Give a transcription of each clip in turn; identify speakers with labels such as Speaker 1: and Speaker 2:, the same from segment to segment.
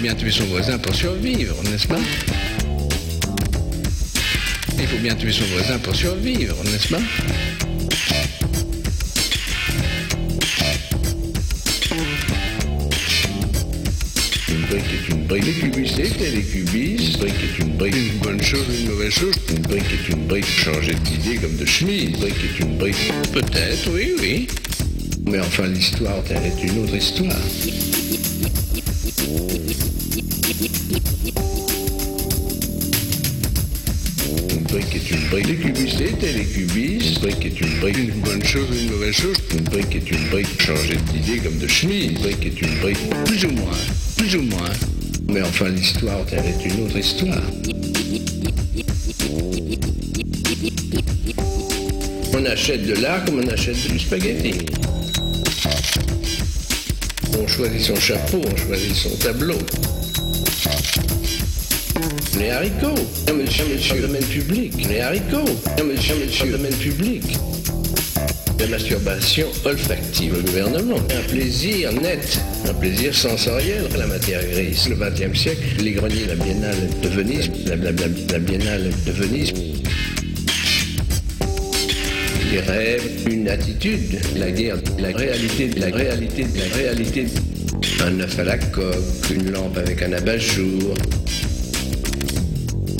Speaker 1: bien tuer son voisin pour survivre, n'est-ce pas Il faut bien tuer son voisin pour survivre, n'est-ce pas Une brique est une brique. Les cubistes et les cubistes. Une brique est une brique. Une bonne chose, une mauvaise chose. Une brique est une brique. Changer d'idée comme de chemise. Une brique est une brique. Peut-être, oui, oui. Mais enfin, l'histoire, elle est une autre histoire. Une brique est une brique. Les cubistes étaient les cubistes. Une brique est une brique. Une bonne chose, une mauvaise chose. Une brique est une brique. Changer d'idée comme de chemise. Une brique est une brique. Plus ou moins. Plus ou moins. Mais enfin, l'histoire, elle est une autre histoire. On achète de l'art comme on achète du spaghetti. On choisit son chapeau, on choisit son tableau. Les haricots, un monsieur, monsieur, le domaine public. Les haricots, un monsieur, monsieur, le domaine public. La masturbation olfactive, le gouvernement. Un plaisir net, un plaisir sensoriel, la matière grise. Le XXe siècle, les greniers, la biennale de Venise, la, la, la, la biennale de Venise. Des rêves, une attitude, la guerre, la réalité, la réalité, la réalité. Un œuf à la coque, une lampe avec un abat-jour.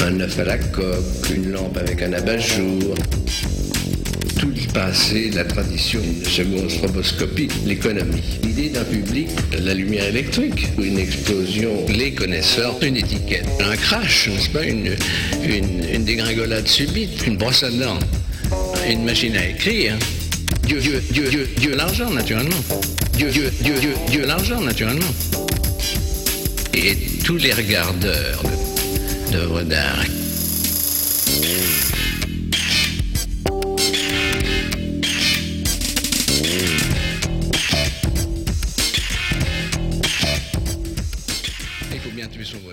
Speaker 1: Un œuf à la coque, une lampe avec un abat-jour. Tout le passé, la tradition, une seconde stroboscopie, l'économie. L'idée d'un public, la lumière électrique, une explosion, les connaisseurs, une étiquette, un crash, n'est-ce pas, une, une, une dégringolade subite, une brosse à dents, une machine à écrire. Dieu, Dieu, Dieu, Dieu, Dieu, l'argent, naturellement. Dieu, Dieu, Dieu, Dieu, Dieu, l'argent, naturellement. Et tous les regardeurs d'œuvres d'art